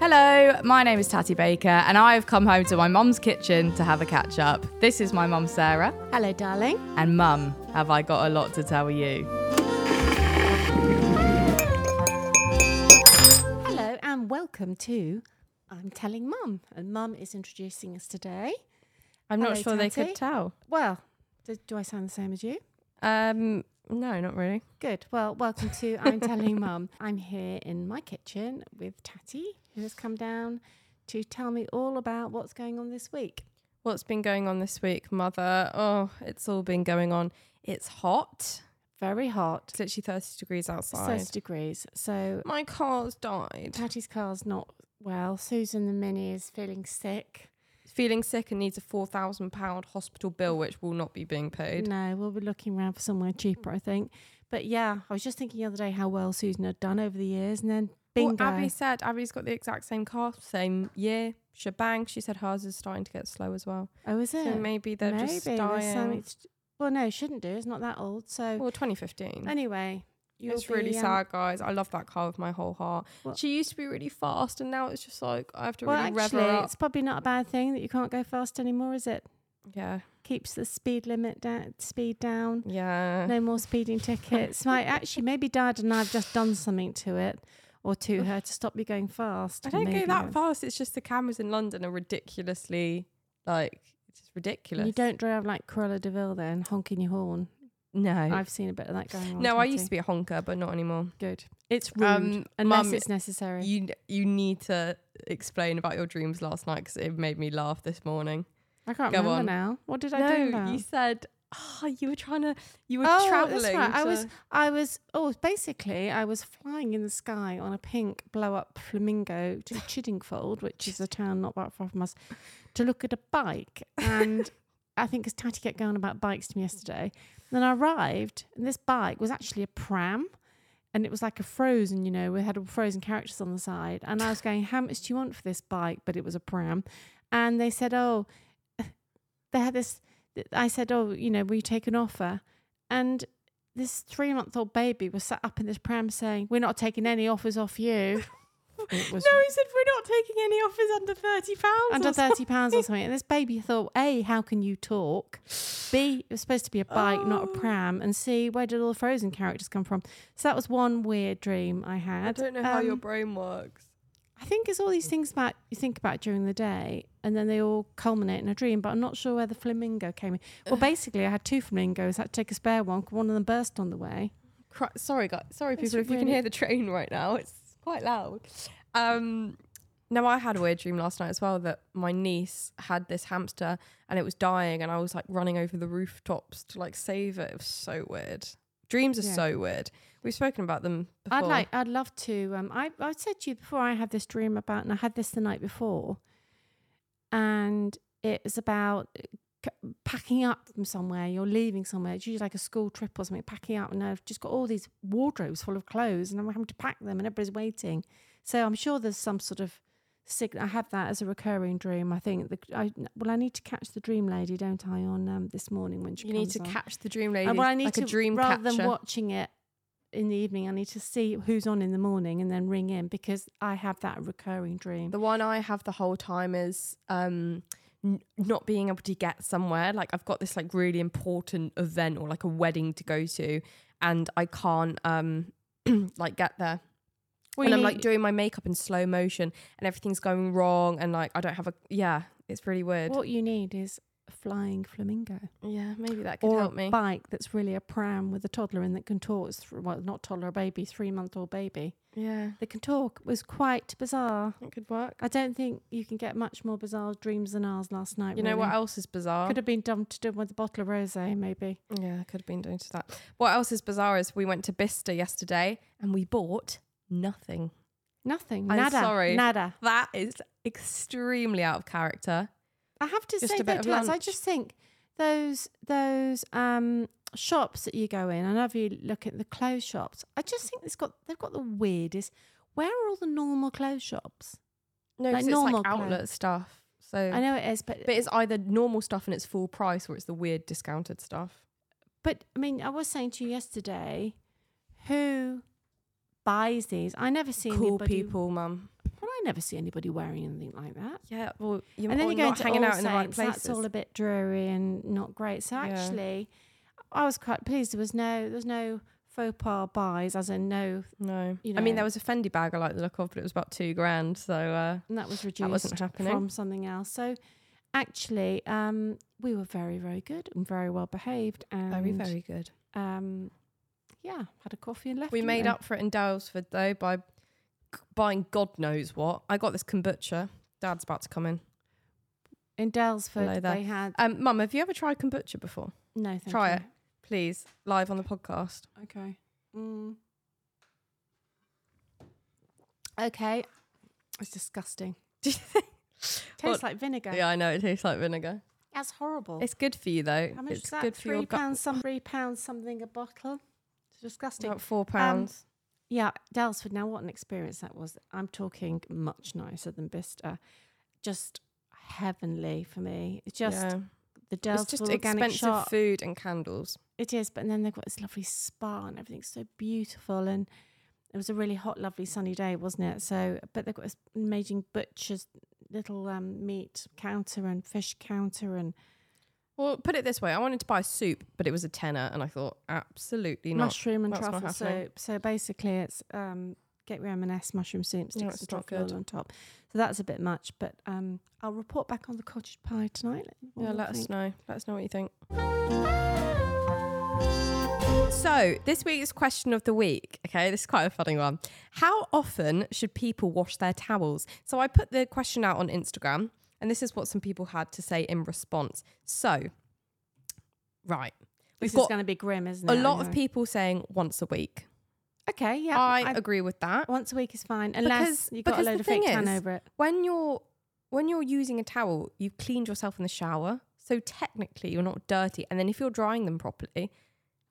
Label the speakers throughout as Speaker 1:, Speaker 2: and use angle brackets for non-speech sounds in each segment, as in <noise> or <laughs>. Speaker 1: Hello, my name is Tatty Baker, and I've come home to my mum's kitchen to have a catch up. This is my mum, Sarah.
Speaker 2: Hello, darling.
Speaker 1: And mum, have I got a lot to tell you?
Speaker 2: Hello, and welcome to I'm Telling Mum. And Mum is introducing us today.
Speaker 3: I'm not
Speaker 2: Hello,
Speaker 3: sure they
Speaker 2: Tati.
Speaker 3: could tell.
Speaker 2: Well, do, do I sound the same as you?
Speaker 3: Um, no, not really.
Speaker 2: Good. Well, welcome to I'm Telling
Speaker 3: <laughs>
Speaker 2: Mum. I'm here in my kitchen with Tatty, who has come down to tell me all about what's going on this week.
Speaker 3: What's been going on this week, mother? Oh, it's all been going on. It's hot.
Speaker 2: Very hot,
Speaker 3: It's literally 30 degrees outside.
Speaker 2: 30 degrees. So
Speaker 3: My car's died.
Speaker 2: Tatty's car's not well. Susan the Mini is feeling sick.
Speaker 3: Feeling sick and needs a £4,000 hospital bill, which will not be being paid.
Speaker 2: No, we'll be looking around for somewhere cheaper, I think. But yeah, I was just thinking the other day how well Susan had done over the years, and then bingo.
Speaker 3: Well, Abby said Abby's got the exact same car, same year, shebang. She said hers is starting to get slow as well.
Speaker 2: oh, is it?
Speaker 3: So maybe they're just
Speaker 2: Maybe there's something
Speaker 3: dying.
Speaker 2: to- well, no, shouldn't do. It's not that old. So
Speaker 3: Well, 2015.
Speaker 2: anyway, you'll
Speaker 3: it's really
Speaker 2: be, um,
Speaker 3: sad, guys. I love that car with my whole heart.
Speaker 2: Well-
Speaker 3: she used to be really fast, and now it's just like I have to
Speaker 2: Well,
Speaker 3: really rev
Speaker 2: actually,
Speaker 3: her up.
Speaker 2: it's probably not a bad thing that you can't go fast anymore, is it?
Speaker 3: Yeah,
Speaker 2: Keeps the speed limit down, speed down.
Speaker 3: yeah.
Speaker 2: No more speeding
Speaker 3: <laughs>
Speaker 2: tickets. Might actually, maybe Dad and I've just done something to it or to her to stop you going fast.
Speaker 3: I don't
Speaker 2: Maybe
Speaker 3: go that
Speaker 2: I've-
Speaker 3: fast. It's just the cameras in London are ridiculously like it's just ridiculous.
Speaker 2: You don't drive like Cruella de Vil then, honking your horn.
Speaker 3: No,
Speaker 2: I've seen a bit of that going on.
Speaker 3: no. I used to be a honker, but not anymore.
Speaker 2: good. It's rude
Speaker 3: Um,
Speaker 2: unless
Speaker 3: Mum,
Speaker 2: it's necessary.
Speaker 3: You you need to explain about your dreams last night because it made me laugh this morning.
Speaker 2: I can't
Speaker 3: go
Speaker 2: remember
Speaker 3: on.
Speaker 2: now. What did I do?
Speaker 3: No,
Speaker 2: now?
Speaker 3: you said oh, you were trying to you were
Speaker 2: oh,
Speaker 3: traveling.
Speaker 2: that's right. I
Speaker 3: to-
Speaker 2: was, I was. Oh, basically, I was flying in the sky on a pink blow-up flamingo to Chiddingfold, which is a town not that far from us, to look at a bike. And I think because Tatty kept going about bikes to me yesterday, then I arrived, and this bike was actually a pram. And it was like a frozen, you know, we had frozen characters on the side. And I was going, How much do you want for this bike? But it was a pram. And they said, Oh, they had this. I said, Oh, you know, will you take an offer? And this three month old baby was sat up in this pram saying, We're not taking any offers off you. <laughs> It was
Speaker 3: No, he said we're not taking any offers under thirty pounds.
Speaker 2: under thirty pounds or something. And this baby thought, A, how can you talk? B, it was supposed to be a bike, not a pram. And C, where did all the frozen characters come from? So that was one weird dream I had.
Speaker 3: I don't know how your
Speaker 2: Um,
Speaker 3: brain works.
Speaker 2: I think it's all these things about you think about during the day, and then they all culminate in a dream. But I'm not sure where the flamingo came in. Well, basically, I had two flamingos. I had to take a spare one. 'cause One of them burst on the way.
Speaker 3: Cri- sorry, guys. Sorry,
Speaker 2: It's
Speaker 3: people. If you can
Speaker 2: really-
Speaker 3: hear the train right now, it's quite loud. Um, no, I had a weird dream last night as well that my niece had this hamster and it was dying, and I was like running over the rooftops to like save it. It was so weird. Dreams are
Speaker 2: Yeah.
Speaker 3: so weird. We've spoken about them before.
Speaker 2: I'd like, I'd love to. Um, I, I said to you before, I had this dream about, and I had this the night before, and it was about uh, c- packing up from somewhere. You're leaving somewhere. It's usually like a school trip or something. Packing up, and I've just got all these wardrobes full of clothes, and I'm having to pack them, and everybody's waiting. So I'm sure there's some sort of sig- I have that as a recurring dream. I think. The, I, well, I need to catch the dream lady, don't I? On um, this morning when she
Speaker 3: you need
Speaker 2: comes
Speaker 3: to
Speaker 2: on.
Speaker 3: catch the dream lady.
Speaker 2: And well, I need
Speaker 3: like
Speaker 2: to
Speaker 3: a dream
Speaker 2: rather than
Speaker 3: catcher.
Speaker 2: watching it in the evening, I need to see who's on in the morning and then ring in because I have that recurring dream.
Speaker 3: The one I have the whole time is um n- not being able to get somewhere. Like I've got this like really important event or like a wedding to go to and I can't um <clears throat> like get there.
Speaker 2: Well,
Speaker 3: and
Speaker 2: you
Speaker 3: I'm
Speaker 2: need-
Speaker 3: like doing my makeup in slow motion and everything's going wrong and like I don't have a yeah, it's really weird.
Speaker 2: what you need is a flying flamingo
Speaker 3: yeah, maybe that could
Speaker 2: or
Speaker 3: help
Speaker 2: a
Speaker 3: me.
Speaker 2: bike that's really a pram with a toddler and that can talk. It's th- well, not toddler, a baby, three month old baby.
Speaker 3: Yeah.
Speaker 2: That can talk was quite bizarre.
Speaker 3: That could work.
Speaker 2: I don't think you can get much more bizarre dreams than ours last night.
Speaker 3: You know what
Speaker 2: really.
Speaker 3: else is bizarre?
Speaker 2: Could have been done to do with a bottle of rosé, maybe.
Speaker 3: Yeah, I could have been doing to that. What else is bizarre is we went to Bicester yesterday and we bought nothing.
Speaker 2: Nothing.
Speaker 3: I'm
Speaker 2: nada.
Speaker 3: sorry.
Speaker 2: Nada.
Speaker 3: That is extremely out of character.
Speaker 2: I have to
Speaker 3: Just
Speaker 2: say
Speaker 3: a bit
Speaker 2: though,
Speaker 3: of
Speaker 2: Lance, I
Speaker 3: lunch.
Speaker 2: just think those those um shops that you go in, and if you look at the clothes shops, I just think it's got they've got the weirdest. Where are all the normal clothes shops?
Speaker 3: No,
Speaker 2: Like
Speaker 3: 'cause
Speaker 2: normal
Speaker 3: it's like outlet
Speaker 2: clothes.
Speaker 3: stuff. So,
Speaker 2: I know it is, but
Speaker 3: but it's either normal stuff and it's full price, or it's the weird discounted stuff.
Speaker 2: But I mean, I was saying to you yesterday, who buys these? I never see
Speaker 3: Cool
Speaker 2: anybody.
Speaker 3: people, mum.
Speaker 2: Well, I never see anybody wearing anything like that.
Speaker 3: Yeah, well, you're
Speaker 2: and then
Speaker 3: or
Speaker 2: you go
Speaker 3: not
Speaker 2: into
Speaker 3: hanging
Speaker 2: All
Speaker 3: out in the right
Speaker 2: Saints,
Speaker 3: places.
Speaker 2: That's all a bit dreary and not great. So
Speaker 3: Yeah.
Speaker 2: actually, I was quite pleased. There was no, there was no faux pas buys, as in no,
Speaker 3: no,
Speaker 2: you
Speaker 3: I mean
Speaker 2: know.
Speaker 3: there was a Fendi bag I like the look of, but it was about two grand. So uh,
Speaker 2: and that was reduced
Speaker 3: That wasn't happening.
Speaker 2: from something else. So actually, um, we were very, very good and very well behaved, and
Speaker 3: good.
Speaker 2: um, yeah, had a coffee and left.
Speaker 3: We
Speaker 2: didn't
Speaker 3: made up for it in Dalesford though by c- buying God knows what. I got this kombucha. Dad's about to come in.
Speaker 2: in
Speaker 3: Hello
Speaker 2: Dalesford.
Speaker 3: there.
Speaker 2: They had
Speaker 3: Um, Mum, have you ever tried kombucha before?
Speaker 2: no. Thank
Speaker 3: Try
Speaker 2: you.
Speaker 3: it, please, live on the podcast.
Speaker 2: Okay. Mm. Okay. It's <laughs> disgusting. Tastes
Speaker 3: Well,
Speaker 2: like vinegar.
Speaker 3: Yeah, I know it tastes like vinegar.
Speaker 2: That's horrible.
Speaker 3: It's good for you though.
Speaker 2: How much
Speaker 3: it's
Speaker 2: is that?
Speaker 3: good for your
Speaker 2: three
Speaker 3: gut.
Speaker 2: pounds, some three pounds something a bottle. It's disgusting.
Speaker 3: About four pounds.
Speaker 2: Yeah, Dalesford. Now, what an experience that was. I'm talking much nicer than Bicester. Just heavenly for me. It's just
Speaker 3: Yeah.
Speaker 2: the
Speaker 3: it's
Speaker 2: Dalesford
Speaker 3: just
Speaker 2: organic
Speaker 3: expensive
Speaker 2: shop.
Speaker 3: food and candles.
Speaker 2: It is, but then they've got this lovely spa and everything's so beautiful. And it was a really hot, lovely sunny day, wasn't it? So, but they've got this amazing butcher's little um, meat counter and fish counter. And
Speaker 3: Well, put it this way: I wanted to buy soup, but it was a tenner, and I thought absolutely not.
Speaker 2: mushroom and
Speaker 3: that's not
Speaker 2: truffle
Speaker 3: happening.
Speaker 2: soup. So basically, it's um, get your M&S mushroom soup sticks
Speaker 3: No,
Speaker 2: and
Speaker 3: it's not
Speaker 2: truffle oil
Speaker 3: good.
Speaker 2: on top. So that's a bit much, but um, I'll report back on the cottage pie tonight.
Speaker 3: Yeah, let us
Speaker 2: know.
Speaker 3: know. Let us know what you think. So, this week's question of the week, okay, this is quite a funny one. How often should people wash their towels? So, I put the question out on Instagram, and this is what some people had to say in response. So, right,
Speaker 2: This
Speaker 3: we've
Speaker 2: is
Speaker 3: got
Speaker 2: going to be grim, isn't it?
Speaker 3: a
Speaker 2: I
Speaker 3: lot of
Speaker 2: know.
Speaker 3: people saying once a week.
Speaker 2: Okay, yeah.
Speaker 3: I,
Speaker 2: I-
Speaker 3: agree with that.
Speaker 2: once a week is fine, unless
Speaker 3: Because-
Speaker 2: you've got a
Speaker 3: because the
Speaker 2: load of fake
Speaker 3: thing
Speaker 2: tan
Speaker 3: is-
Speaker 2: over it.
Speaker 3: When you're when you're using a towel, you've cleaned yourself in the shower, so technically you're not dirty. And then if you're drying them properly,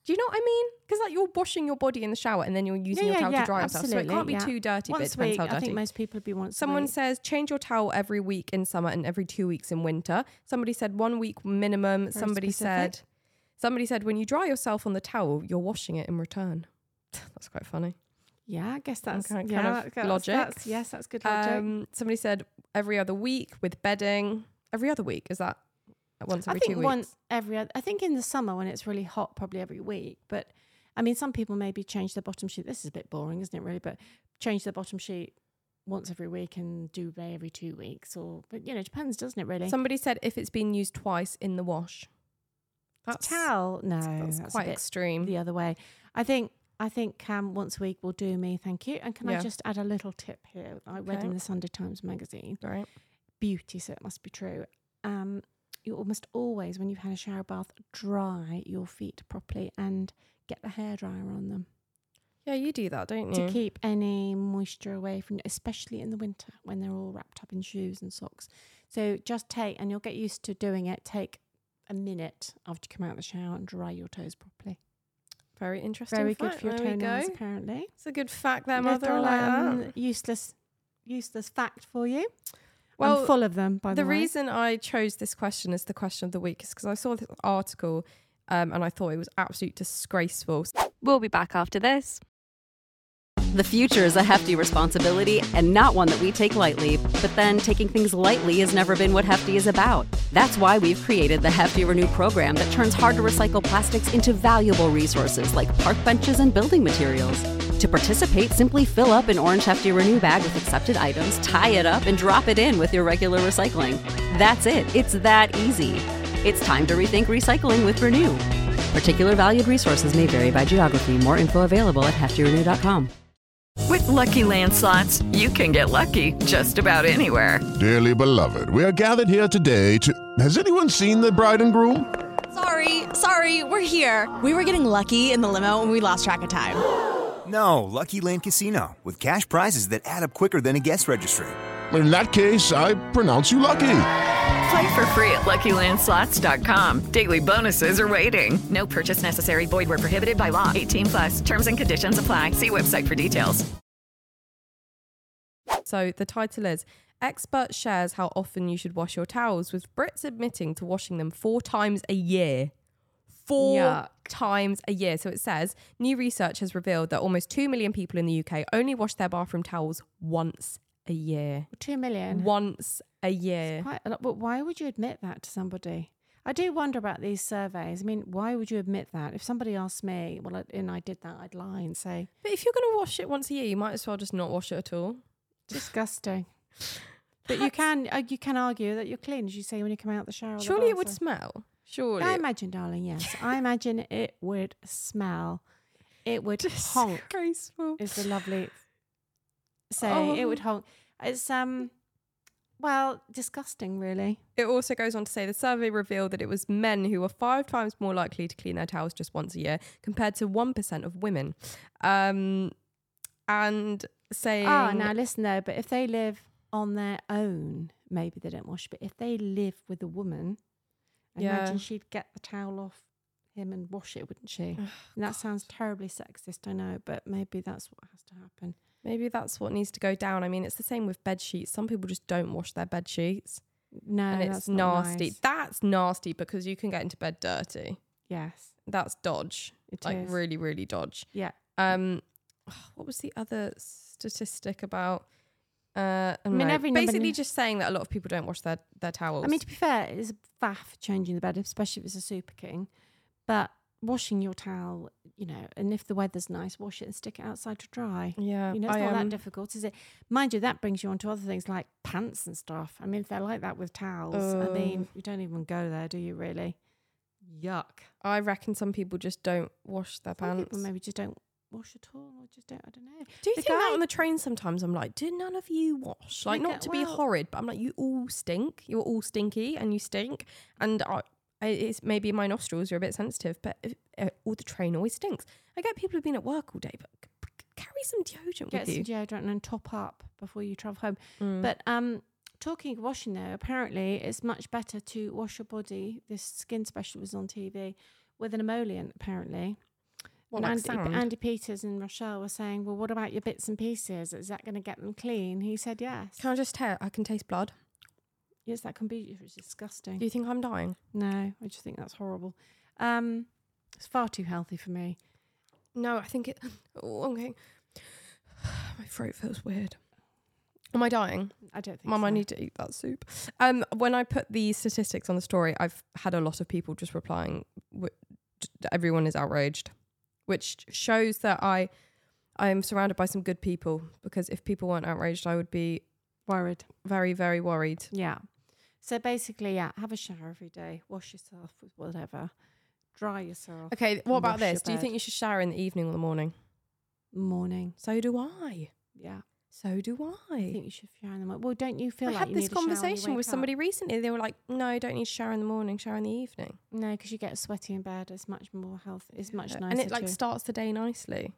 Speaker 3: do you know what I mean? Because like you're washing your body in the shower and then you're using your towel to dry yourself, so it
Speaker 2: absolutely,
Speaker 3: can't be
Speaker 2: yeah.
Speaker 3: too dirty.
Speaker 2: Once
Speaker 3: but
Speaker 2: a
Speaker 3: it depends
Speaker 2: week,
Speaker 3: how dirty.
Speaker 2: I think most people would be once.
Speaker 3: Someone
Speaker 2: a week.
Speaker 3: says change your towel every week in summer and every two weeks in winter. Somebody said one week minimum. somebody
Speaker 2: specific.
Speaker 3: said, somebody said when you dry yourself on the towel, you're washing it in return. <laughs> That's quite funny.
Speaker 2: "Yeah, I guess that's
Speaker 3: kind of-
Speaker 2: yeah,
Speaker 3: kind of
Speaker 2: that's-
Speaker 3: logic.
Speaker 2: that's- yes, that's good logic.
Speaker 3: Um, somebody said every other week with bedding. Every other week is that once
Speaker 2: I
Speaker 3: every
Speaker 2: think
Speaker 3: two
Speaker 2: once
Speaker 3: weeks?
Speaker 2: every. Other, I think in the summer when it's really hot, probably every week. But I mean, some people maybe change their bottom sheet. This is a bit boring, isn't it? Really, but change their bottom sheet once every week and duvet every two weeks, or but you know, it depends, doesn't it? Really,
Speaker 3: Somebody said if it's been used twice in the wash. That's
Speaker 2: towel. No,
Speaker 3: That's,
Speaker 2: that's,
Speaker 3: quite
Speaker 2: a bit
Speaker 3: extreme.
Speaker 2: the other way. I think I think um, once a week will do me. Thank you. And can I
Speaker 3: Yeah.
Speaker 2: just add a little tip here? I read
Speaker 3: Okay.
Speaker 2: in the Sunday Times magazine.
Speaker 3: Right.
Speaker 2: beauty, so it must be true. Um, you almost always, when you've had a shower bath, dry your feet properly and get the hairdryer on them
Speaker 3: Yeah, you do that, don't you?
Speaker 2: to keep any moisture away from, especially in the winter when they're all wrapped up in shoes and socks. So just take, and you'll get used to doing it. Take a minute after you come out of the shower and dry your toes properly.
Speaker 3: Very interesting.
Speaker 2: Very
Speaker 3: fact.
Speaker 2: good for your
Speaker 3: there we
Speaker 2: toenails,
Speaker 3: go.
Speaker 2: apparently.
Speaker 3: It's a good fact there, mother. I
Speaker 2: Little,
Speaker 3: like
Speaker 2: um,
Speaker 3: that.
Speaker 2: useless, useless fact for you. I'm
Speaker 3: Well,
Speaker 2: full of them, by the,
Speaker 3: the
Speaker 2: way.
Speaker 3: reason I chose this question as the question of the week is because I saw this article um, and I thought it was absolute disgraceful.
Speaker 4: We'll be back after this. The future is a hefty responsibility and not one that we take lightly, but then taking things lightly has never been what Hefty is about. That's why we've created the Hefty Renew program that turns hard to recycle plastics into valuable resources like park benches and building materials. To participate, simply fill up an orange Hefty Renew bag with accepted items, tie it up, and drop it in with your regular recycling. That's it, it's that easy. It's time to rethink recycling with Renew. Particular valued resources may vary by geography. More info available at heftyrenew.com.
Speaker 5: With Lucky Land slots, you can get lucky just about anywhere.
Speaker 6: Dearly beloved, we are gathered here today to. Has anyone seen the bride and groom?
Speaker 7: Sorry, sorry, we're here. We were getting lucky in the limo and we lost track of time. No, Lucky Land Casino, with cash prizes that add up quicker than a guest registry
Speaker 6: In that case, I pronounce you lucky.
Speaker 5: Play for free at LuckyLandSlots.com. Daily bonuses are waiting. No purchase necessary. Void were prohibited by law. 18 plus. Terms and conditions apply. See website for details.
Speaker 3: So the title is Expert Shares How Often You Should Wash Your Towels, with Brits admitting to washing them four times a year. Four
Speaker 2: Yuck.
Speaker 3: times a year. So it says new research has revealed that almost 2 million people in the UK only wash their bathroom towels once a year.
Speaker 2: Two million.
Speaker 3: Once a year.
Speaker 2: Quite a lot, but why would you admit that to somebody? I do wonder about these surveys. I mean, why would you admit that? If somebody asked me, well, I- and I did that, I'd lie and say,
Speaker 3: But if you're going to wash it once a year, you might as well just not wash it at all. <laughs>
Speaker 2: disgusting. But you can uh, you can argue that you're clean, as you say when you come out the shower. or the
Speaker 3: Surely it would
Speaker 2: bathroom.
Speaker 3: smell. Surely.
Speaker 2: I
Speaker 3: <laughs> it-
Speaker 2: imagine, darling. Yes, I imagine it would smell. It
Speaker 3: <laughs>
Speaker 2: would honk.
Speaker 3: Disgraceful.
Speaker 2: Is the lovely say it would
Speaker 3: Oh. honk.
Speaker 2: honk. It's um, well, disgusting, really.
Speaker 3: It also goes on to say the survey revealed that it was men who were five times more likely to clean their towels just once a year compared to 1% of women. Um, and saying.
Speaker 2: Ah, now listen though, but if they live on their own, maybe they don't wash. But if they live with a woman,
Speaker 3: Yeah.
Speaker 2: imagine she'd get the towel off him and wash it, wouldn't she? and that sounds terribly sexist, I know, but maybe that's what has to happen.
Speaker 3: Maybe that's what needs to go down. I mean, it's the same with bed sheets. Some people just don't wash their bed sheets.
Speaker 2: No,
Speaker 3: and it's
Speaker 2: that's not
Speaker 3: nasty.
Speaker 2: nice.
Speaker 3: That's nasty because you can get into bed dirty.
Speaker 2: Yes,
Speaker 3: That's dodge.
Speaker 2: It
Speaker 3: like
Speaker 2: is.
Speaker 3: really, really dodge.
Speaker 2: yeah.
Speaker 3: Um, <sighs> what was the other statistic about? Uh, I,
Speaker 2: mean,
Speaker 3: mean,
Speaker 2: every number
Speaker 3: basically
Speaker 2: kn-
Speaker 3: just saying that a lot of people don't wash their their towels.
Speaker 2: I mean, to be fair, it's a faff changing the bed, especially if it's a super king. But washing your towel, you know, and if the weather's nice, wash it and stick it outside to dry.
Speaker 3: Yeah,
Speaker 2: You know, it's
Speaker 3: I,
Speaker 2: not
Speaker 3: um,
Speaker 2: that difficult, is it? Mind you, that brings you on to other things like pants and stuff. I mean, if they're like that with towels,
Speaker 3: Uh,
Speaker 2: I mean, you don't even go there, do you really? Yuck.
Speaker 3: I reckon some people just don't wash their
Speaker 2: Some
Speaker 3: pants.
Speaker 2: people maybe just don't wash at all or just don't, I don't know.
Speaker 3: Do you
Speaker 2: The
Speaker 3: think that
Speaker 2: guy-
Speaker 3: on the train sometimes? I'm like, do none of you wash? Like,
Speaker 2: Look
Speaker 3: not
Speaker 2: at-
Speaker 3: to be
Speaker 2: well-
Speaker 3: horrid, but I'm like, you all stink. You're all stinky and you stink. And I, I it's maybe my nostrils are a bit sensitive, but if, uh, all the train always stinks. I get people who've been at work all day, but c- c- carry some deodorant
Speaker 2: get
Speaker 3: with you. Mm.
Speaker 2: some deodorant and top up before you travel home. But um, talking of washing though, apparently it's much better to wash your body. This skin special was on TV with an emollient, apparently.
Speaker 3: What,
Speaker 2: And
Speaker 3: like
Speaker 2: Andy,
Speaker 3: sand?
Speaker 2: Andy Peters and Rochelle were saying, "Well, what about your bits and pieces? Is that going to get them clean?" He said, "Yes."
Speaker 3: Can I just tell? I can taste blood.
Speaker 2: yes, that can be. It's disgusting.
Speaker 3: Do you think I'm dying?
Speaker 2: no, I just think that's horrible. Um, it's far too healthy for me.
Speaker 3: No, I think it. <sighs> Oh, okay. my throat feels weird. Am I dying?
Speaker 2: I don't think.
Speaker 3: Mum,
Speaker 2: so.
Speaker 3: I need to eat that soup. Um, when I put the statistics on the story, I've had a lot of people just replying. wh- d- Everyone is outraged, which shows that I, I am surrounded by some good people. Because if people weren't outraged, I would be
Speaker 2: worried.
Speaker 3: very, very worried.
Speaker 2: Yeah. So basically, yeah, have a shower every day, wash yourself with whatever, dry yourself.
Speaker 3: Okay,
Speaker 2: and
Speaker 3: what about
Speaker 2: wash your
Speaker 3: this? Do you think
Speaker 2: bed.
Speaker 3: you should shower in the evening or the morning?
Speaker 2: morning?
Speaker 3: So do I.
Speaker 2: Yeah,
Speaker 3: So do I.
Speaker 2: I think you should shower in the morning. Well, don't you feel
Speaker 3: I
Speaker 2: like
Speaker 3: had
Speaker 2: you need
Speaker 3: this
Speaker 2: a shower when you
Speaker 3: conversation with
Speaker 2: wake up?
Speaker 3: somebody recently. They were like, "No, I don't need to shower in the morning. Shower in the evening."
Speaker 2: No, because you get sweaty in bed. It's much more health. It's much nicer.
Speaker 3: and it like
Speaker 2: to-
Speaker 3: starts the day nicely.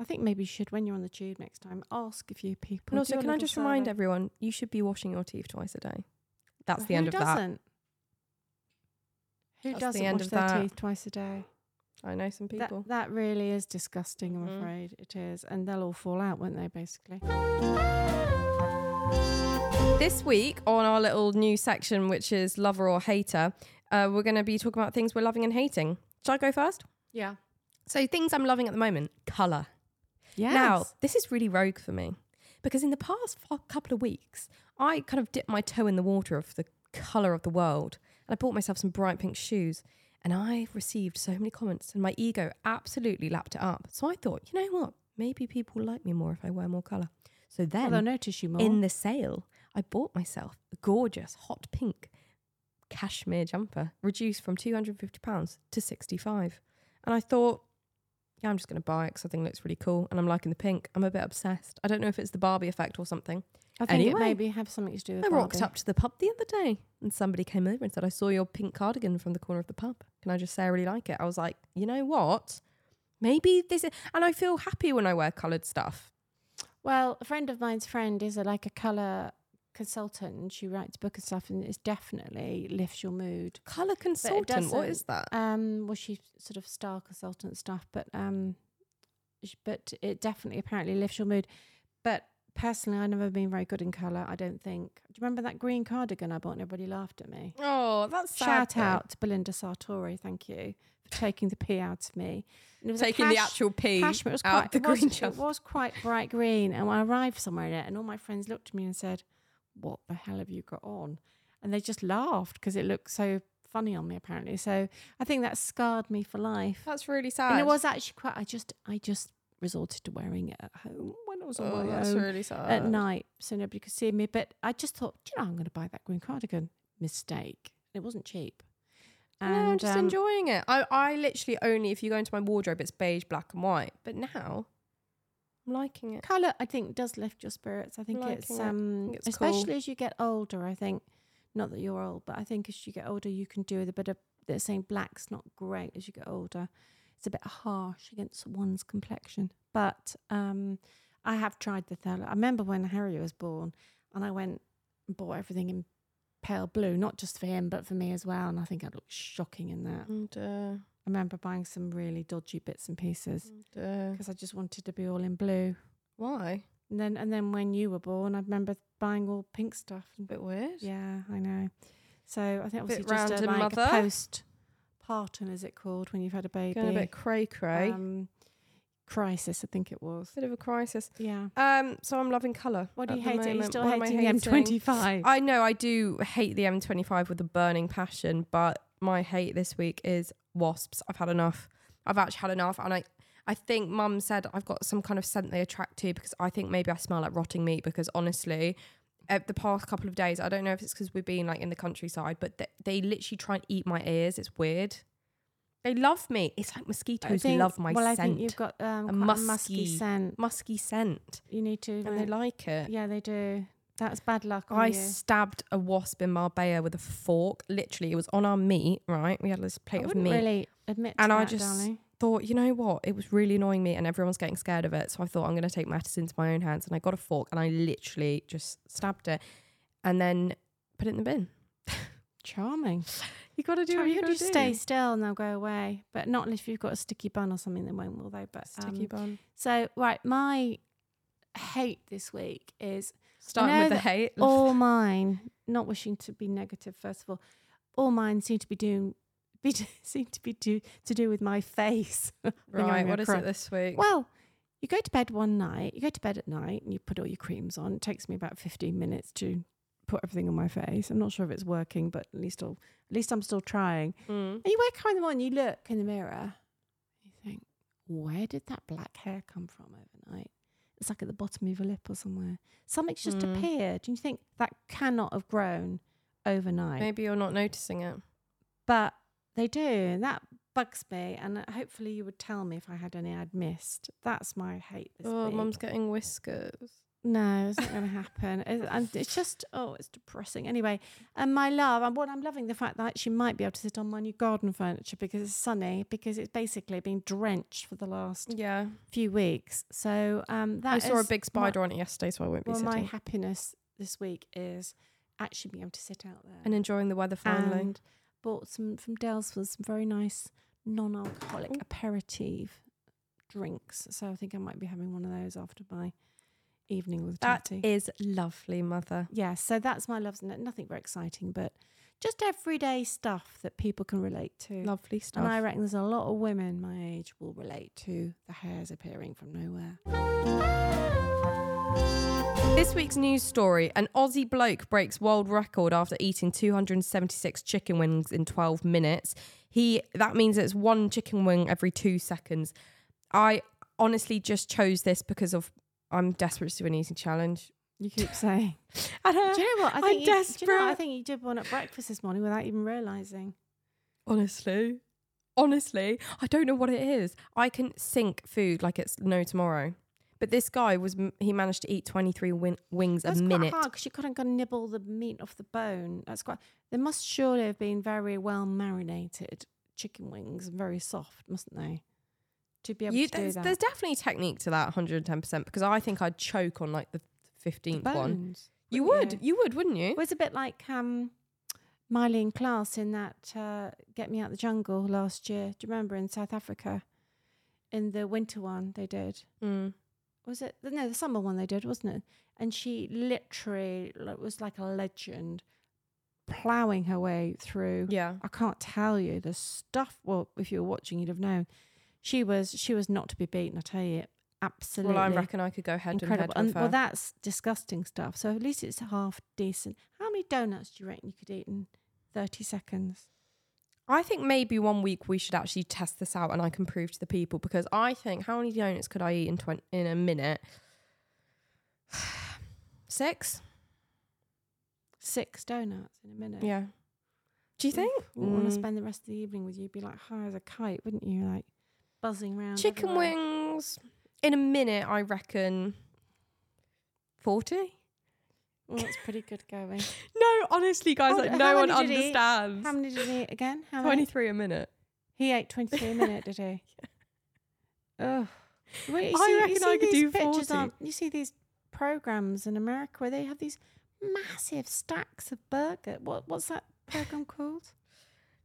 Speaker 2: I think maybe you should when you're on the tube next time ask a few people.
Speaker 3: And also,
Speaker 2: do a
Speaker 3: can I
Speaker 2: little
Speaker 3: just remind
Speaker 2: survey.
Speaker 3: everyone you should be washing your teeth twice a day. That's the
Speaker 2: Who
Speaker 3: end of that.
Speaker 2: doesn't? Who
Speaker 3: That's the
Speaker 2: doesn't
Speaker 3: end
Speaker 2: wash
Speaker 3: of
Speaker 2: their
Speaker 3: that.
Speaker 2: teeth twice a day?
Speaker 3: I know some
Speaker 2: That,
Speaker 3: people.
Speaker 2: that really is disgusting. I'm
Speaker 3: Mhm.
Speaker 2: afraid it is, and they'll all fall out, won't they? Basically.
Speaker 3: This week on our little new section, which is lover or hater, uh, we're going to be talking about things we're loving and hating. Should I go first?
Speaker 2: Yeah.
Speaker 3: So, things I'm loving at the moment: color.
Speaker 2: Yes.
Speaker 3: Now, this is really rogue for me because in the past f- couple of weeks, I kind of dipped my toe in the water of the color of the world and I bought myself some bright pink shoes. And I received so many comments and my ego absolutely lapped it up. So I thought, you know what? Maybe people like me more if I wear more color. So
Speaker 2: Well,
Speaker 3: then
Speaker 2: they'll notice you more.
Speaker 3: in the sale, I bought myself a gorgeous hot pink cashmere jumper, reduced from two hundred and fifty pounds to sixty five. And I thought, yeah, I'm just going to buy it because I think it looks really cool, and I'm liking the pink. I'm a bit obsessed. I don't know if it's the Barbie effect or something.
Speaker 2: I think
Speaker 3: Anyway,
Speaker 2: it maybe have something to do with
Speaker 3: I rocked
Speaker 2: Barbie.
Speaker 3: up to the pub the other day, and somebody came over and said, "I saw your pink cardigan from the corner of the pub. Can I just say I really like it?" I was like, "You know what? maybe this is, and I feel happy when I wear coloured stuff.
Speaker 2: Well, a friend of mine's friend is a, like a colour consultant and she writes book and stuff and it definitely lifts your mood.
Speaker 3: Colour consultant, what is that?
Speaker 2: Um, well, she's sort of star consultant stuff, but um, sh- but it definitely apparently lifts your mood. But personally, I've never been very good in colour. I don't think. Do you remember that green cardigan I bought and everybody laughed at me?
Speaker 3: oh, that's sad,
Speaker 2: Shout
Speaker 3: though.
Speaker 2: out to Belinda Sartori, thank you for taking the pee out of me. And it was a
Speaker 3: Taking the actual pee
Speaker 2: cashmere, it was
Speaker 3: out
Speaker 2: quite,
Speaker 3: the
Speaker 2: it was-
Speaker 3: green
Speaker 2: It
Speaker 3: stuff.
Speaker 2: was quite bright green, and I arrived somewhere in it, and all my friends looked at me and said, "What the hell have you got on?" And they just laughed because it looked so funny on me, apparently. So I think that scarred me for life.
Speaker 3: That's really sad.
Speaker 2: and it was actually quite. I just, I just resorted to wearing it at home when I was on
Speaker 3: Oh,
Speaker 2: my
Speaker 3: that's
Speaker 2: own
Speaker 3: really sad.
Speaker 2: at night, so nobody could see me. But I just thought, "Do you know, I'm going to buy that green cardigan. Mistake. It wasn't cheap.
Speaker 3: no, I'm just
Speaker 2: um,
Speaker 3: enjoying it. I, I literally only, if you go into my wardrobe, it's beige, black, and white. But now, I'm liking it.
Speaker 2: color i think does lift your spirits i think
Speaker 3: Liking
Speaker 2: it's
Speaker 3: it.
Speaker 2: um
Speaker 3: Think it's
Speaker 2: especially
Speaker 3: cool.
Speaker 2: as you get older i think not that you're old but i think as you get older you can do with a bit of they're saying black's not great as you get older it's a bit harsh against one's complexion but um i have tried the thaler i remember when harry was born and i went and bought everything in pale blue not just for him but for me as well and i think i looked shocking in that i
Speaker 3: And, uh,
Speaker 2: remember buying some really dodgy bits and pieces
Speaker 3: and, uh,
Speaker 2: because i just wanted to be all in blue
Speaker 3: why?
Speaker 2: and then and then when you were born, I remember buying all pink stuff. And,
Speaker 3: bit weird.
Speaker 2: yeah, I know. So I think obviously
Speaker 3: Bit
Speaker 2: just a,
Speaker 3: random,
Speaker 2: like a
Speaker 3: mother.
Speaker 2: postpartum, is it called when you've had a baby?
Speaker 3: Going a bit cray cray.
Speaker 2: Um, crisis, I think it was.
Speaker 3: bit of a crisis.
Speaker 2: Yeah.
Speaker 3: Um, so I'm loving colour.
Speaker 2: What do
Speaker 3: at
Speaker 2: you
Speaker 3: the
Speaker 2: hate? Are you
Speaker 3: moment.
Speaker 2: still
Speaker 3: What am I
Speaker 2: hating the M25?
Speaker 3: I know I do hate the M25 with a burning passion, but my hate this week is wasps. I've had enough. I've actually had enough, and I. I think mum said I've got some kind of scent they attract to because I think maybe I smell like rotting meat because honestly, uh, the past couple of days, I don't know if it's because we've been like in the countryside, but they, they literally try and eat my ears. It's weird. They love me. It's like
Speaker 2: I
Speaker 3: mosquitoes
Speaker 2: think-
Speaker 3: love my
Speaker 2: Well,
Speaker 3: scent.
Speaker 2: I think you've got um,
Speaker 3: a
Speaker 2: quite
Speaker 3: musky,
Speaker 2: a musky scent.
Speaker 3: Musky scent.
Speaker 2: You need to.
Speaker 3: And they
Speaker 2: uh,
Speaker 3: like it.
Speaker 2: Yeah, they do. That's bad luck. On
Speaker 3: I
Speaker 2: you.
Speaker 3: stabbed a wasp in Marbella with a fork. Literally, it was on our meat, right? We had this
Speaker 2: I
Speaker 3: plate of
Speaker 2: wouldn't
Speaker 3: meat.
Speaker 2: really admit. to
Speaker 3: and I
Speaker 2: that,
Speaker 3: just
Speaker 2: darling.
Speaker 3: thought, you know what? It was really annoying me, and everyone's getting scared of it. So I thought, I'm going to take matters into my own hands. And I got a fork and I literally just stabbed it and then put it in the bin.
Speaker 2: charming.
Speaker 3: You got to do
Speaker 2: Try-
Speaker 3: what
Speaker 2: you
Speaker 3: you
Speaker 2: could
Speaker 3: got to do.
Speaker 2: just stay still and they'll go away. But not if you've got a sticky bun or something, they won't, will they? But
Speaker 3: Sticky
Speaker 2: um,
Speaker 3: bun.
Speaker 2: So right, my hate this week is
Speaker 3: Starting
Speaker 2: know
Speaker 3: with the
Speaker 2: that Oh,
Speaker 3: hate.
Speaker 2: all mine. Not wishing to be negative, first of all, all mine seem to be doing <laughs> be seem to be do to do with my face. I think I'm
Speaker 3: right.
Speaker 2: gonna
Speaker 3: What is
Speaker 2: cry.
Speaker 3: it this week?
Speaker 2: Well, you go to bed one night, you go to bed at night and you put all your creams on. It takes me about 15 minutes to put everything on my face. I'm not sure if it's working, but at least I'll, at least I'm still trying.
Speaker 3: Hmm.
Speaker 2: And you wake up in the morning, you look in the mirror, you think, where did that black hair come from overnight? It's like at the bottom of your lip or somewhere. Something's just
Speaker 3: Mm.
Speaker 2: appeared. And you think that cannot have grown overnight
Speaker 3: Maybe you're not noticing it.
Speaker 2: but they do and that bugs me and hopefully you would tell me if i had any i'd missed that's my hate this
Speaker 3: Oh,
Speaker 2: week.
Speaker 3: mum's getting whiskers.
Speaker 2: no it's not going to happen It- and it's just oh it's depressing anyway and my love and what i'm loving the fact that she might be able to sit on my new garden furniture because it's sunny because it's basically been drenched for the last
Speaker 3: Yeah.
Speaker 2: few weeks so um that
Speaker 3: Mm. I saw a
Speaker 2: is
Speaker 3: big
Speaker 2: my-
Speaker 3: spider on it yesterday, so I won't be
Speaker 2: well
Speaker 3: sitting.
Speaker 2: my happiness this week is actually being able to sit out there
Speaker 3: and enjoying the weather finally.
Speaker 2: and bought some from Dalesford some very nice non-alcoholic aperitif drinks. So I think I might be having one of those after my evening with
Speaker 3: that
Speaker 2: Tatty.
Speaker 3: is lovely, mother.
Speaker 2: yeah, so that's my loves. n- Nothing very exciting, but just everyday stuff that people can relate to.
Speaker 3: Lovely stuff.
Speaker 2: And I reckon there's a lot of women my age will relate to the hairs appearing from nowhere.
Speaker 3: this week's news story an Aussie bloke breaks world record after eating 276 chicken wings in 12 minutes. He that means it's one chicken wing every 2 seconds. I honestly just chose this because of I'm desperate to do an eating challenge.
Speaker 2: You keep saying.
Speaker 3: And,
Speaker 2: <laughs>
Speaker 3: uh,
Speaker 2: Do you know what? I
Speaker 3: I'm
Speaker 2: think you, do
Speaker 3: desperate.
Speaker 2: you know what? I think you did one at breakfast this morning without even realising.
Speaker 3: honestly, honestly, I don't know what it is. I can sink food like it's no tomorrow. But this guy was he managed to eat 23 win- wings
Speaker 2: That's
Speaker 3: a minute.
Speaker 2: quite hard because you couldn't go nibble the meat off the bone. That's quite. They must surely have been very well marinated chicken wings, and very soft, mustn't they? to be able
Speaker 3: You,
Speaker 2: to do
Speaker 3: there's,
Speaker 2: that.
Speaker 3: there's definitely technique to that 110% because I think I'd choke on like the 15th one.
Speaker 2: Bones.
Speaker 3: You
Speaker 2: wouldn't
Speaker 3: would, you would, wouldn't you?
Speaker 2: Well, it's a bit like um, Miley in class in that uh, Get Me Out the Jungle last year. Do you remember in South Africa? In the winter one they did.
Speaker 3: Mm.
Speaker 2: Was it? No, the summer one they did, wasn't it? And she literally like, was like a legend plowing her way through.
Speaker 3: Yeah.
Speaker 2: I can't tell you the stuff. Well, if you were watching, you'd have known. She was she was not to be beaten. I tell you, absolutely.
Speaker 3: Well, I reckon I could go head
Speaker 2: incredible.
Speaker 3: and head
Speaker 2: And,
Speaker 3: with her.
Speaker 2: well, that's disgusting stuff. So at least it's half decent. How many donuts do you reckon you could eat in thirty seconds?
Speaker 3: I think maybe one week we should actually test this out and I can prove to the people because I think how many donuts could I eat in 20, in a minute? <sighs> Six?
Speaker 2: Six donuts in a minute.
Speaker 3: Yeah. Do you think?
Speaker 2: Wouldn't want
Speaker 3: Mm.
Speaker 2: to spend the rest of the evening with you. You'd Be like high as a kite, wouldn't you? Like buzzing around.
Speaker 3: Chicken
Speaker 2: everywhere.
Speaker 3: wings in a minute, I reckon 40?
Speaker 2: Well, that's pretty good
Speaker 3: <laughs>
Speaker 2: going.
Speaker 3: No, honestly, guys,
Speaker 2: Hold
Speaker 3: like
Speaker 2: on,
Speaker 3: no
Speaker 2: how
Speaker 3: one
Speaker 2: many did he eat?
Speaker 3: understands.
Speaker 2: How many did he eat again? How many?
Speaker 3: 23 a minute.
Speaker 2: He ate 23 a minute, did
Speaker 3: <laughs>
Speaker 2: he? Ugh. Wait, you
Speaker 3: I
Speaker 2: see- you
Speaker 3: reckon
Speaker 2: see
Speaker 3: I could
Speaker 2: these
Speaker 3: do
Speaker 2: pictures
Speaker 3: 40.
Speaker 2: on- You see these programs in America where they have these massive stacks of burger. What What's that
Speaker 3: <laughs>
Speaker 2: program called?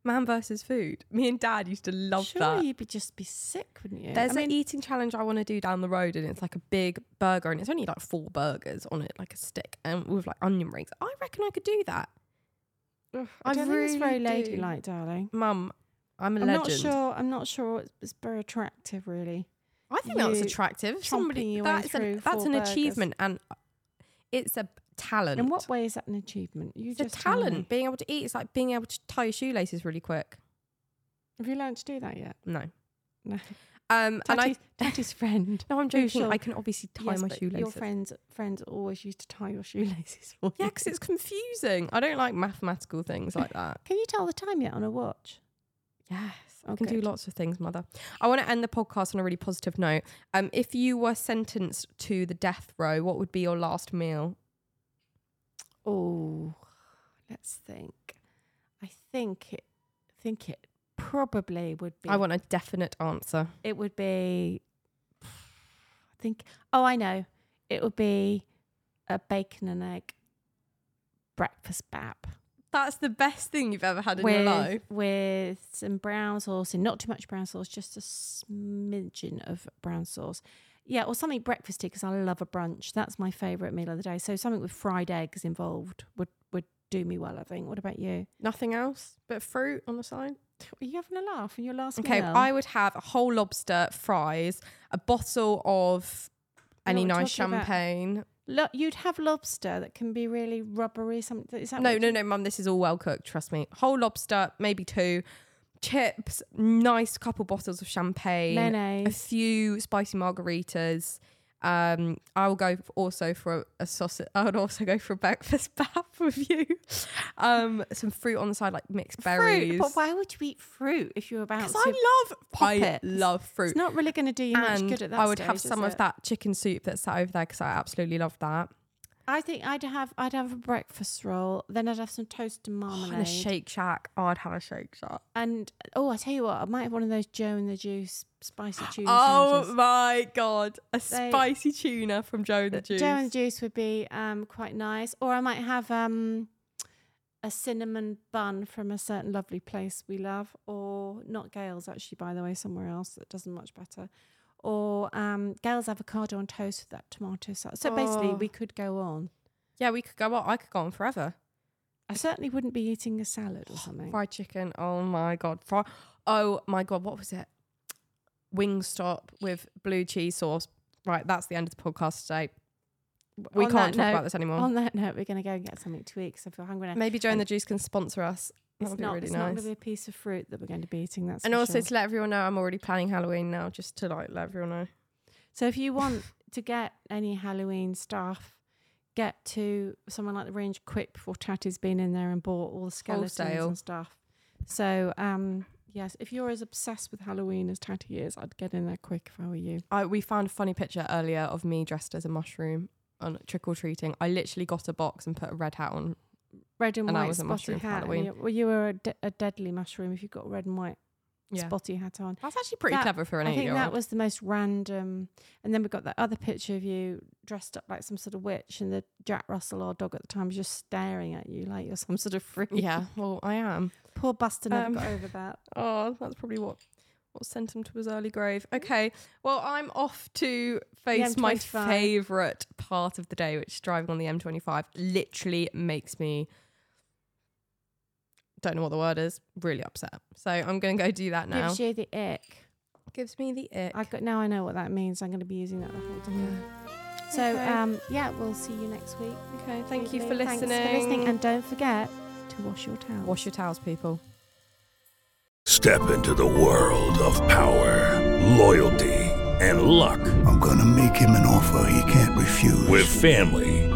Speaker 3: Man versus food. Me and dad used to love
Speaker 2: sure,
Speaker 3: that.
Speaker 2: you'd be just be sick, wouldn't you?
Speaker 3: There's
Speaker 2: I
Speaker 3: e,
Speaker 2: mean,
Speaker 3: an eating challenge I want to do down the road, and it's like a big burger, and it's only like four burgers on it, like a stick, and with like onion rings. I reckon I could do that,
Speaker 2: ugh, I,
Speaker 3: I
Speaker 2: don't think it's very
Speaker 3: really do.
Speaker 2: ladylike, darling.
Speaker 3: Mum. I'm a
Speaker 2: I'm
Speaker 3: legend.
Speaker 2: not sure. I'm not sure it's, it's very attractive, really.
Speaker 3: I think that was
Speaker 2: you
Speaker 3: attractive. Somebody
Speaker 2: chomping your way
Speaker 3: that's
Speaker 2: through
Speaker 3: an, that's
Speaker 2: four
Speaker 3: an
Speaker 2: burgers.
Speaker 3: achievement, and it's a talent.
Speaker 2: In what way is that an achievement? You
Speaker 3: It's a
Speaker 2: just tell me.
Speaker 3: talent. Being able to eat. It's like being able to tie your shoelaces really quick.
Speaker 2: Have you learned to do that yet?
Speaker 3: No.
Speaker 2: No.
Speaker 3: Um, and I. Oh,
Speaker 2: Daddy's, Daddy's friend.
Speaker 3: No, I'm
Speaker 2: Who
Speaker 3: joking. I
Speaker 2: shall-
Speaker 3: can obviously tie
Speaker 2: Yes,
Speaker 3: my
Speaker 2: but Your
Speaker 3: shoelaces.
Speaker 2: friends friends always used to tie your <laughs> shoelaces for
Speaker 3: Yeah,
Speaker 2: you.
Speaker 3: because it's confusing. I don't like mathematical things like <laughs> that.
Speaker 2: Can you tell the time yet on a watch?
Speaker 3: Yes,
Speaker 2: Oh,
Speaker 3: I can do
Speaker 2: good.
Speaker 3: lots of things, mother. I want to end the podcast on a really positive note. Um, if you were sentenced to the death row, what would be your last meal?
Speaker 2: Oh, let's think. I think it. Think it probably would be.
Speaker 3: I want a definite answer.
Speaker 2: It would be. I think. Oh, I know. It would be a bacon and egg breakfast bap.
Speaker 3: That's the best thing you've ever had in your
Speaker 2: with,
Speaker 3: life.
Speaker 2: with some brown sauce and not too much brown sauce, just a smidgen of brown sauce. Yeah, or something breakfasty because I love a brunch. That's my favourite meal of the day. So something with fried eggs involved would would do me well. I think. What about you?
Speaker 3: Nothing else but fruit on the side.
Speaker 2: Are you having a laugh in your last
Speaker 3: Okay,
Speaker 2: meal?
Speaker 3: I would have a whole lobster, fries, a bottle of
Speaker 2: know
Speaker 3: any
Speaker 2: what you're
Speaker 3: nice
Speaker 2: talking about.
Speaker 3: champagne.
Speaker 2: Lo- you'd have lobster that can be really rubbery. Something is that
Speaker 3: No,
Speaker 2: what
Speaker 3: no,
Speaker 2: you-
Speaker 3: no, mum, this is all well cooked, trust me. Whole lobster, maybe two. Chips, nice couple bottles of champagne. a
Speaker 2: mayonnaise.
Speaker 3: few spicy margaritas. Um, I will go f- also for a, a sausage. I would also go for a breakfast <laughs> bath with you. Um, some fruit on the side, like mixed berries.
Speaker 2: Fruit, but why would you eat fruit if you're about
Speaker 3: Because
Speaker 2: to?
Speaker 3: I love,
Speaker 2: pop
Speaker 3: I
Speaker 2: it.
Speaker 3: love fruit.
Speaker 2: It's not really going to do you much
Speaker 3: and
Speaker 2: good at that.
Speaker 3: I would have
Speaker 2: stage, is
Speaker 3: some of
Speaker 2: it?
Speaker 3: that chicken soup that's sat over there because I absolutely love that.
Speaker 2: I think I'd have I'd have a breakfast roll, then I'd have some toast and
Speaker 3: Oh,
Speaker 2: marmalade,
Speaker 3: and a Shake Shack. Oh, I'd have a Shake Shack.
Speaker 2: and oh, I tell you what, I might have one of those Joe and the Juice
Speaker 3: <gasps>
Speaker 2: spicy tuna.
Speaker 3: Oh
Speaker 2: sandwiches.
Speaker 3: my god, a
Speaker 2: They-
Speaker 3: spicy tuna from Joe and the Juice.
Speaker 2: Uh, Joe and the Juice would be um quite nice, or I might have um a cinnamon bun from a certain lovely place we love, or not Gales actually, by the way, somewhere else that doesn't much better. Or um, Gail's avocado on toast with that tomato sauce. So basically,
Speaker 3: Oh.
Speaker 2: we could go on.
Speaker 3: yeah, we could go on. I could go on forever.
Speaker 2: I certainly wouldn't be eating a salad or something.
Speaker 3: Fried chicken. Oh my god. Fri- oh my god. What was it? Wingstop with blue cheese sauce. Right. That's the end of the podcast today. We
Speaker 2: On
Speaker 3: can't
Speaker 2: that
Speaker 3: talk
Speaker 2: note-
Speaker 3: about this anymore.
Speaker 2: On that note, we're going to go and get something to eat because I feel hungry now.
Speaker 3: Maybe Joe and the Juice can sponsor us. That
Speaker 2: it's
Speaker 3: would be
Speaker 2: not,
Speaker 3: really
Speaker 2: it's not going
Speaker 3: nice.
Speaker 2: to be a piece of fruit that we're going to be eating. That's
Speaker 3: and
Speaker 2: for
Speaker 3: also
Speaker 2: sure.
Speaker 3: to let everyone know, I'm already planning Halloween now, just to like let everyone know.
Speaker 2: so if you want to get any Halloween stuff, get to someone like the range quick before Tatty's been in there and bought all the skeletons
Speaker 3: Wholesale.
Speaker 2: and stuff. So um, yes, if you're as obsessed with Halloween as Tatty is, I'd get in there quick if I were you.
Speaker 3: I, we found a funny picture earlier of me dressed as a mushroom on trick or treating. I literally got a box and put a red hat on.
Speaker 2: Red and,
Speaker 3: And I
Speaker 2: white
Speaker 3: was a
Speaker 2: spotty
Speaker 3: mushroom for
Speaker 2: hat. and
Speaker 3: Halloween.
Speaker 2: You, well, you were a, de- a deadly mushroom if you got red and white.
Speaker 3: Yeah.
Speaker 2: spotty hat on.
Speaker 3: That's actually pretty
Speaker 2: That-
Speaker 3: clever for an
Speaker 2: I think that
Speaker 3: eight-year-old.
Speaker 2: was the most random. And then we got that other picture of you dressed up like some sort of witch, and the Jack Russell or dog at the time was just staring at you like you're some sort of freak.
Speaker 3: Yeah, well, I am.
Speaker 2: Poor Buster never
Speaker 3: Um,
Speaker 2: got over
Speaker 3: <laughs>
Speaker 2: that.
Speaker 3: Oh, that's probably what what sent him to his early grave. Okay, well, I'm off to face my
Speaker 2: M25.
Speaker 3: favorite part of the day, which is driving on the M25. Literally makes me don't know what the word is. Really upset. So I'm gonna go do that now.
Speaker 2: Gives you the ick.
Speaker 3: Gives me the ick.
Speaker 2: I got now. I know what that means. I'm going to be using that the whole time. So
Speaker 3: Okay.
Speaker 2: um, yeah, we'll see you next week.
Speaker 3: okay, thank you for
Speaker 2: Thanks
Speaker 3: listening.
Speaker 2: for listening, and don't forget to wash your towel.
Speaker 3: wash your towels, people.
Speaker 8: Step into the world of power, loyalty, and luck.
Speaker 7: I'm gonna make him an offer he can't refuse.
Speaker 8: With family,